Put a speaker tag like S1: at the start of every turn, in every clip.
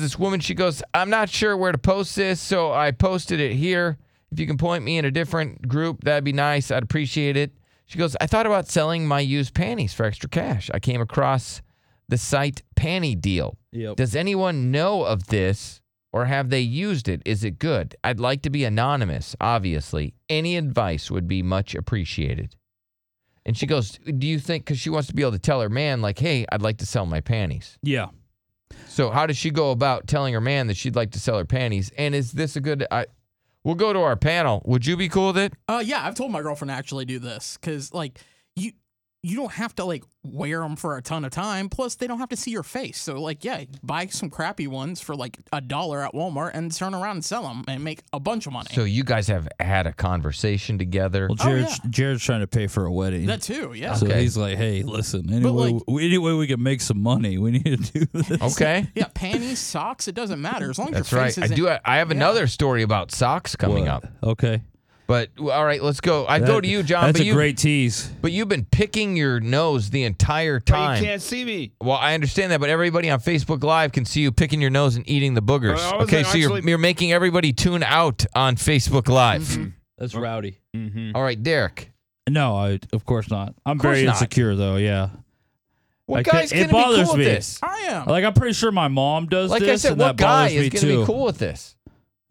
S1: This woman, she goes, I'm not sure where to post this, so I posted it here. If you can point me in a different group, that'd be nice. I'd appreciate it. She goes, I thought about selling my used panties for extra cash. I came across the site Panty Deal.
S2: Yep.
S1: Does anyone know of this or have they used it? Is it good? I'd like to be anonymous, obviously. Any advice would be much appreciated. And she goes, Do you think, because she wants to be able to tell her man, like, hey, I'd like to sell my panties.
S2: Yeah.
S1: So how does she go about telling her man that she'd like to sell her panties? And is this a good? I, we'll go to our panel. Would you be cool with it?
S3: Uh, yeah, I've told my girlfriend to actually do this because like you you don't have to like wear them for a ton of time. Plus, they don't have to see your face. So like, yeah, buy some crappy ones for like a dollar at Walmart and turn around and sell them and make a bunch of money.
S1: So you guys have had a conversation together.
S2: Well,
S3: Oh,
S2: Jared,
S3: yeah.
S2: Jared's trying to pay for a wedding.
S3: that too, yeah.
S2: So
S1: Okay.
S2: he's like, hey, listen, any way,
S3: like- Oh,
S2: we, any way we can make some money, we need to do this.
S1: okay,
S3: Yeah, panties, socks, it doesn't matter as long as
S1: that's
S3: your
S1: right.
S3: face
S1: I
S3: isn't.
S1: do. I have another story about socks coming up.
S2: Okay.
S1: But w- all right, let's go. I go
S2: That-
S1: to you, John.
S2: That's
S1: but
S2: a
S1: you,
S2: great tease.
S1: But you've been picking your nose the entire
S4: But you
S1: time.
S4: can't see me.
S1: Well, I understand that, but everybody on Facebook Live can see you picking your nose and eating the boogers.
S4: Well, I wasn't
S1: okay, so you're,
S4: actually-
S1: you're making everybody tune out on Facebook Live.
S2: That's rowdy.
S4: Mm-hmm.
S1: All right, Derek.
S2: No, I of course not. I'm
S1: course
S2: very
S1: not.
S2: insecure though. Yeah,
S1: What
S2: I can't-
S1: guy's
S2: it
S1: gonna be
S2: bothers
S1: cool with
S2: me.
S1: this?
S3: I am.
S2: like I'm pretty sure my mom does
S1: Um, Like
S2: this,
S1: I said,
S2: and
S1: what
S2: that
S1: guy
S2: bothers
S1: is
S2: me
S1: gonna
S2: too.
S1: be cool with this?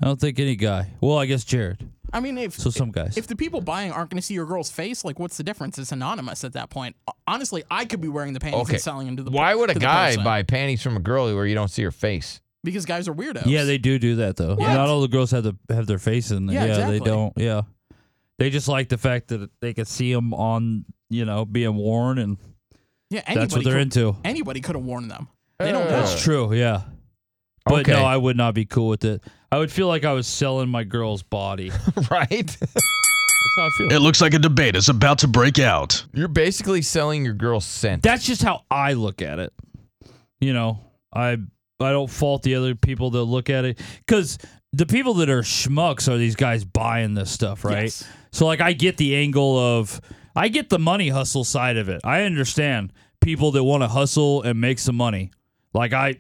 S2: I don't think any guy. Well, I guess Jared.
S3: I mean, if
S2: So some guys.
S3: if the people buying aren't going to see your girl's face, like what's the difference? It's anonymous at that point. Honestly, I could be wearing the panties
S1: Okay.
S3: and selling them to the.
S1: Why would a
S3: to the
S1: guy
S3: person.
S1: buy panties from a girl where you don't see her face?
S3: Because guys are weirdos.
S2: yeah, they do do that though.
S3: What?
S2: Not all the girls have the have their face in there.
S3: Yeah,
S2: they
S3: exactly.
S2: don't. Yeah, they just like the fact that they can see them on you know being worn, and
S3: Yeah, anybody
S2: that's what they're
S3: could-
S2: into.
S3: Anybody could have worn them. They don't
S1: Uh,
S3: know.
S2: That's true. Yeah. But
S1: Okay.
S2: no, I would not be cool with it. I would feel like I was selling my girl's body. That's
S1: right?
S2: how I feel.
S5: It looks like a debate is about to break out.
S1: You're basically selling your girl's scent.
S2: that's just how I look at it. You know, I I don't fault the other people that look at it because the people that are schmucks are these guys buying this stuff, right?
S3: Yes.
S2: So like, I get the angle of I get the money hustle side of it. I understand people that want to hustle and make some money. Like I,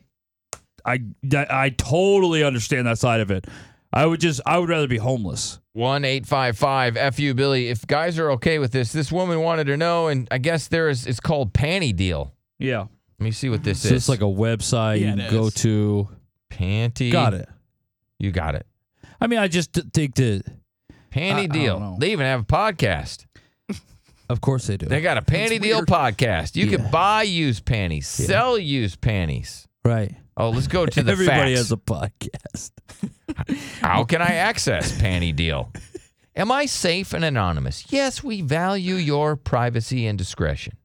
S2: I, that- I totally understand that side of it. I would just I would rather be homeless.
S1: One eight five five fu Billy. If guys are okay with this, this woman wanted to know, and I guess there is. It's called panty deal.
S2: Yeah,
S1: Let me see what this
S2: so
S1: is.
S2: it's like a website
S3: Yeah,
S2: you
S3: it
S2: can go
S3: is.
S2: to.
S1: panty.
S2: Got it.
S1: You got it.
S2: I mean, I just d- think that I- I
S1: Panty
S2: don't know.
S1: deal. They even have a podcast.
S2: of course they do.
S1: They got a panty deal podcast. You
S2: Yeah.
S1: can buy used panties,
S2: Yeah.
S1: sell used panties.
S2: Right.
S1: Oh, let's go to the
S2: Everybody
S1: facts.
S2: has a podcast.
S1: How can I access panty deal? Am I safe and anonymous? Yes, we value your privacy and discretion.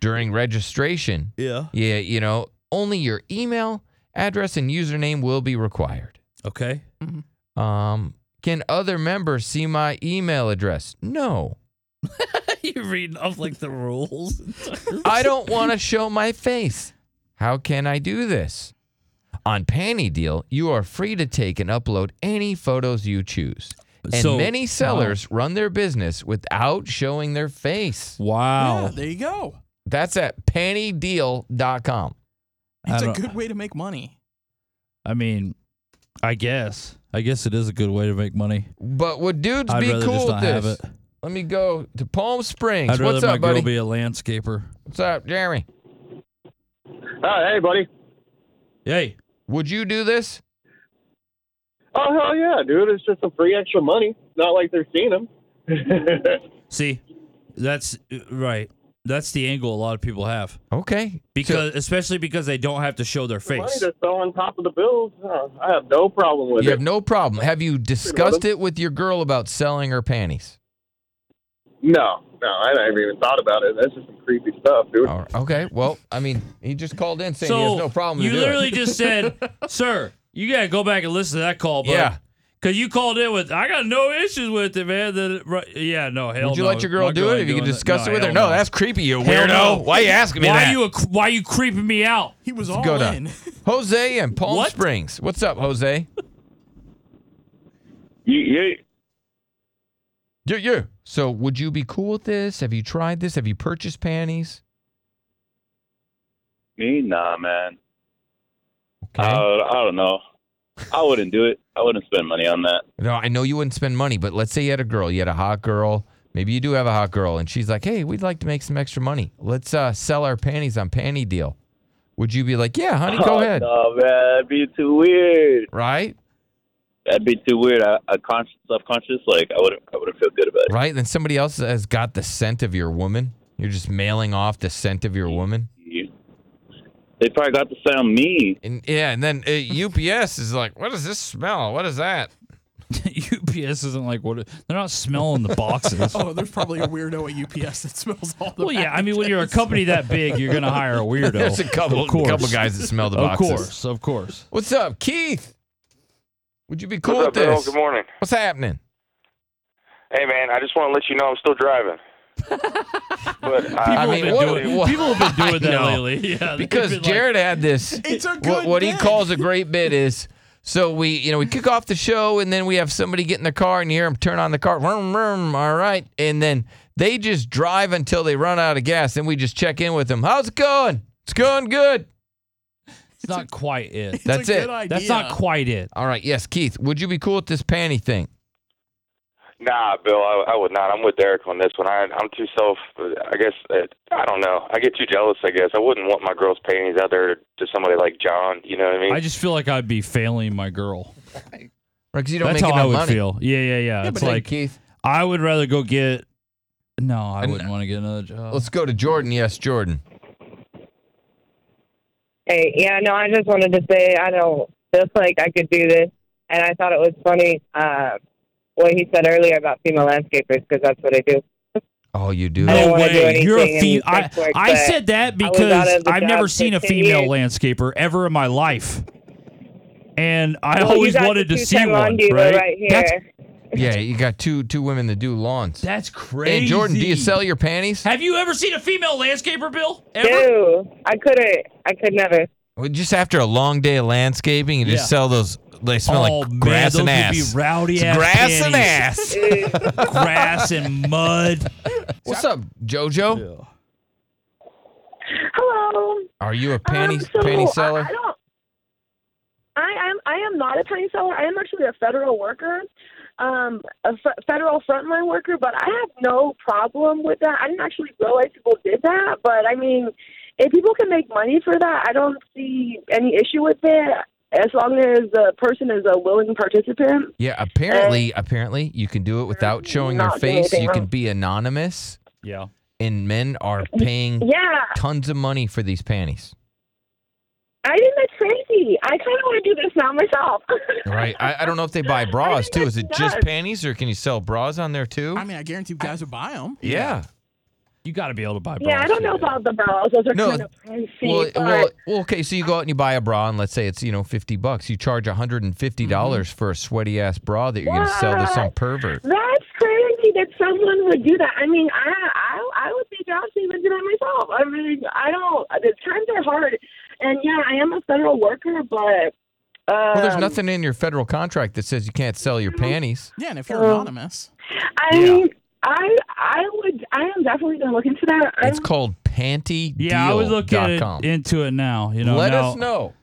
S1: During registration,
S2: Yeah.
S1: yeah, you know, only your email address and username will be required.
S2: Okay.
S1: Um, can other members see my email address? No.
S2: You're reading off like the rules.
S1: I don't want to show my face. How can I do this? On Panty Deal, you are free to take and upload any photos you choose. And
S2: So- uh-huh.
S1: many sellers run their business without showing their face.
S2: Wow.
S1: Oh.
S3: Yeah, there you go.
S1: That's at pantydeal.com.
S2: I,
S3: It's a
S2: don't-
S3: good way to make money.
S2: I mean, I guess. I guess it is a good way to make money.
S1: But would dudes
S2: I'd
S1: be
S2: rather just
S1: cool
S2: not
S1: with
S2: have
S1: this?
S2: it.
S1: Let me go to Palm Springs.
S2: I'd rather
S1: What's
S2: my
S1: up, buddy?
S2: girl be a landscaper.
S1: What's up, Jeremy?
S6: Oh, hey, buddy.
S2: Hey.
S1: Would you do this?
S6: Oh, hell yeah, dude. It's just some free extra money. Not like they're seeing them.
S2: See, that's uh, right. That's the angle a lot of people have
S1: Okay.
S2: because, especially because they don't have to show their
S6: money
S2: face.
S6: to throw on top of the bills. Uh, I have no problem with
S1: You
S6: it.
S1: have no problem. Have you discussed it with your girl about selling her panties?
S6: no, no, I never even thought about it. That's just some creepy stuff, dude.
S1: All right. Okay. Well, I mean, he just called in saying he has no problem.
S2: You
S1: to do
S2: literally
S1: it.
S2: just said, "Sir, you gotta go back and listen to that call, bud."
S1: Yeah.
S2: Because you called in with, I got no issues with it, man. The, right, yeah, no, hell
S1: Would you
S2: no.
S1: let your girl
S2: My
S1: do it
S2: ain't
S1: if you could
S2: doing
S1: discuss
S2: that.
S1: it with her? No,
S2: hell
S1: that's creepy, you weirdo.
S2: Hell no.
S1: Why you asking me
S2: why
S1: that?
S2: You, a- why you creeping me out?
S3: He was all
S1: Go to-
S3: in.
S1: Jose and Palm
S2: What?
S1: Springs. What's up, Jose?
S6: You, you,
S1: You, you. So, would you be cool with this? Have you tried this? Have you purchased panties?
S6: me? Nah, man.
S1: Okay.
S4: I, I don't know. I wouldn't do it. I wouldn't spend money on that.
S1: No, I know you wouldn't spend money, but let's say you had a girl, you had a hot girl. Maybe you do have a hot girl, and she's like, "Hey, we'd like to make some extra money. Let's uh, sell our panties on Panty Deal." Would you be like, "Yeah, honey, go
S4: oh,
S1: ahead,"
S4: No, man, that'd be too weird.
S1: right?
S4: That'd be too weird. I, I conscious, subconscious, like I wouldn't, I wouldn't feel good about it.
S1: Right? Then somebody else has got the scent of your woman. You're just mailing off the scent of your woman,
S4: You- They probably got to sound mean.
S1: and yeah, and then uh, UPS is like, "What does this smell? What is that?"
S2: UPS isn't like what they're not smelling the boxes.
S3: Oh, there's probably a weirdo at UPS that smells all the
S2: well, yeah. I mean, when you're a company that big, you're gonna hire a weirdo.
S1: There's a couple,
S2: of course.
S1: couple guys that smell the
S2: Of
S1: boxes.
S2: course, of course.
S1: What's up, Keith? Would you be cool
S7: What's up,
S1: with
S7: Bill?
S1: this?
S7: Good morning.
S1: What's happening?
S7: Hey, man, I just want to let you know I'm still driving. but I,
S1: I mean,
S2: People have been
S1: what-
S2: doing-
S1: what-
S2: people have been doing
S1: I
S2: that
S1: know.
S2: lately. Yeah, they've
S1: because
S2: been like-
S1: Jared had this.
S3: It's a
S1: what-
S3: good
S1: What, he
S3: bit.
S1: calls a great bit is so we you know we kick off the show and then we have somebody get in their car and you hear them turn on the car. Vroom, vroom, all right, and then they just drive until they run out of gas. Then we just check in with them. How's it going? It's going good.
S2: it's not quite it.
S1: That's
S3: a
S1: it.
S3: Good idea.
S2: That's not quite it.
S1: All right, yes, Keith. Would you be cool with this panty thing?
S7: nah, Bill, I, I would not. I'm with Derek on this one. I, I'm too self. I guess uh, I don't know. I get too jealous. I guess I wouldn't want my girl's panties out there to somebody like John. You know what I mean?
S2: I just feel like I'd be failing my girl.
S1: Because you don't
S2: That's
S1: make
S2: how
S1: enough
S2: I would
S1: money.
S2: feel. Yeah, yeah, yeah.
S1: Yeah,
S2: it's
S1: but hey,
S2: like
S1: Keith.
S2: I would rather go get. No, I
S1: And-
S2: wouldn't want to get another job.
S1: Let's go to Jordan. Yes, Jordan.
S8: Hey, yeah, no, I just wanted to say I don't feel like I could do this, and I thought it was funny uh, what he said earlier about female landscapers because that's what I do.
S1: Oh, you do.
S8: I don't
S2: No
S8: wanna do
S2: way.
S8: anything
S2: You're a
S8: in
S2: fe- I,
S8: sex work,
S2: I
S8: but
S2: said that
S8: I was out
S2: because
S8: of the
S2: I've
S8: job
S2: never
S8: for
S2: seen a
S8: 10
S2: female
S8: years.
S2: landscaper ever in my life. And I
S8: Well, you
S2: always
S8: got the
S2: wanted to see
S8: two-time
S2: one,
S8: lawn dealer
S2: right?
S8: right
S2: That's,
S8: here.
S1: Yeah, you got two two women that do lawns.
S2: that's crazy.
S1: Hey, Jordan, do you sell your panties?
S2: Have you ever seen a female landscaper, Bill? Ever?
S8: No, I couldn't. I could never.
S1: Well, Just after a long day of landscaping, you
S2: Yeah.
S1: just sell those. They smell
S2: oh
S1: like
S2: man,
S1: grass
S2: those
S1: and
S2: would
S1: ass.
S2: be rowdy
S1: It's
S2: ass
S1: grass and ass.
S2: panties.
S8: Ugh.
S2: grass and mud.
S1: What's up, JoJo?
S9: Hello.
S1: Are you a panty
S9: Um, so
S1: panty seller?
S9: I, I don't. I am. I am not a panty seller. I am actually a federal worker, um, a f- federal frontline worker. But I have no problem with that. I didn't actually realize people did that. But I mean, if people can make money for that, I don't see any issue with it as long as the person is a willing participant.
S1: yeah, apparently, apparently you can do it without showing your
S9: Not doing
S1: face.
S9: anything
S1: You can
S9: wrong.
S1: be anonymous,
S2: Yeah.
S1: and men are paying
S9: Yeah,
S1: tons of money for these panties.
S9: I think that's crazy. I kind of want to do this now myself.
S1: Right? I, I don't know if they buy bras
S9: think
S1: too. Is
S9: that's
S1: it just
S9: nuts.
S1: panties, or can you sell bras on there too?
S3: I mean, I guarantee you guys would buy them.
S1: yeah.
S2: You got to be able to buy bras.
S9: yeah, I don't know
S2: today.
S9: about the bells. Those are
S1: No,
S9: kind of pricey.
S1: Well,
S9: but-
S1: well, well, okay. So you go out and you buy a bra, and let's say it's you know fifty bucks. You charge one hundred and fifty dollars for a sweaty ass bra that you're going to sell to some
S9: Mm-hmm. What?
S1: pervert.
S9: That's crazy that someone would do that. I mean, I I, I would be down to even do that myself. I mean, I don't. The times are hard, and yeah, I am a federal worker, but um,
S1: Well, there's nothing in your federal contract that says you can't sell your panties.
S3: Yeah, and if
S1: Uh,
S3: you're anonymous,
S9: I mean, I I would. I am definitely gonna look into that.
S1: It's
S9: I'm,
S1: called panty
S2: Yeah, I was looking at it, into it now. You know,
S1: Let
S2: now-
S1: us know.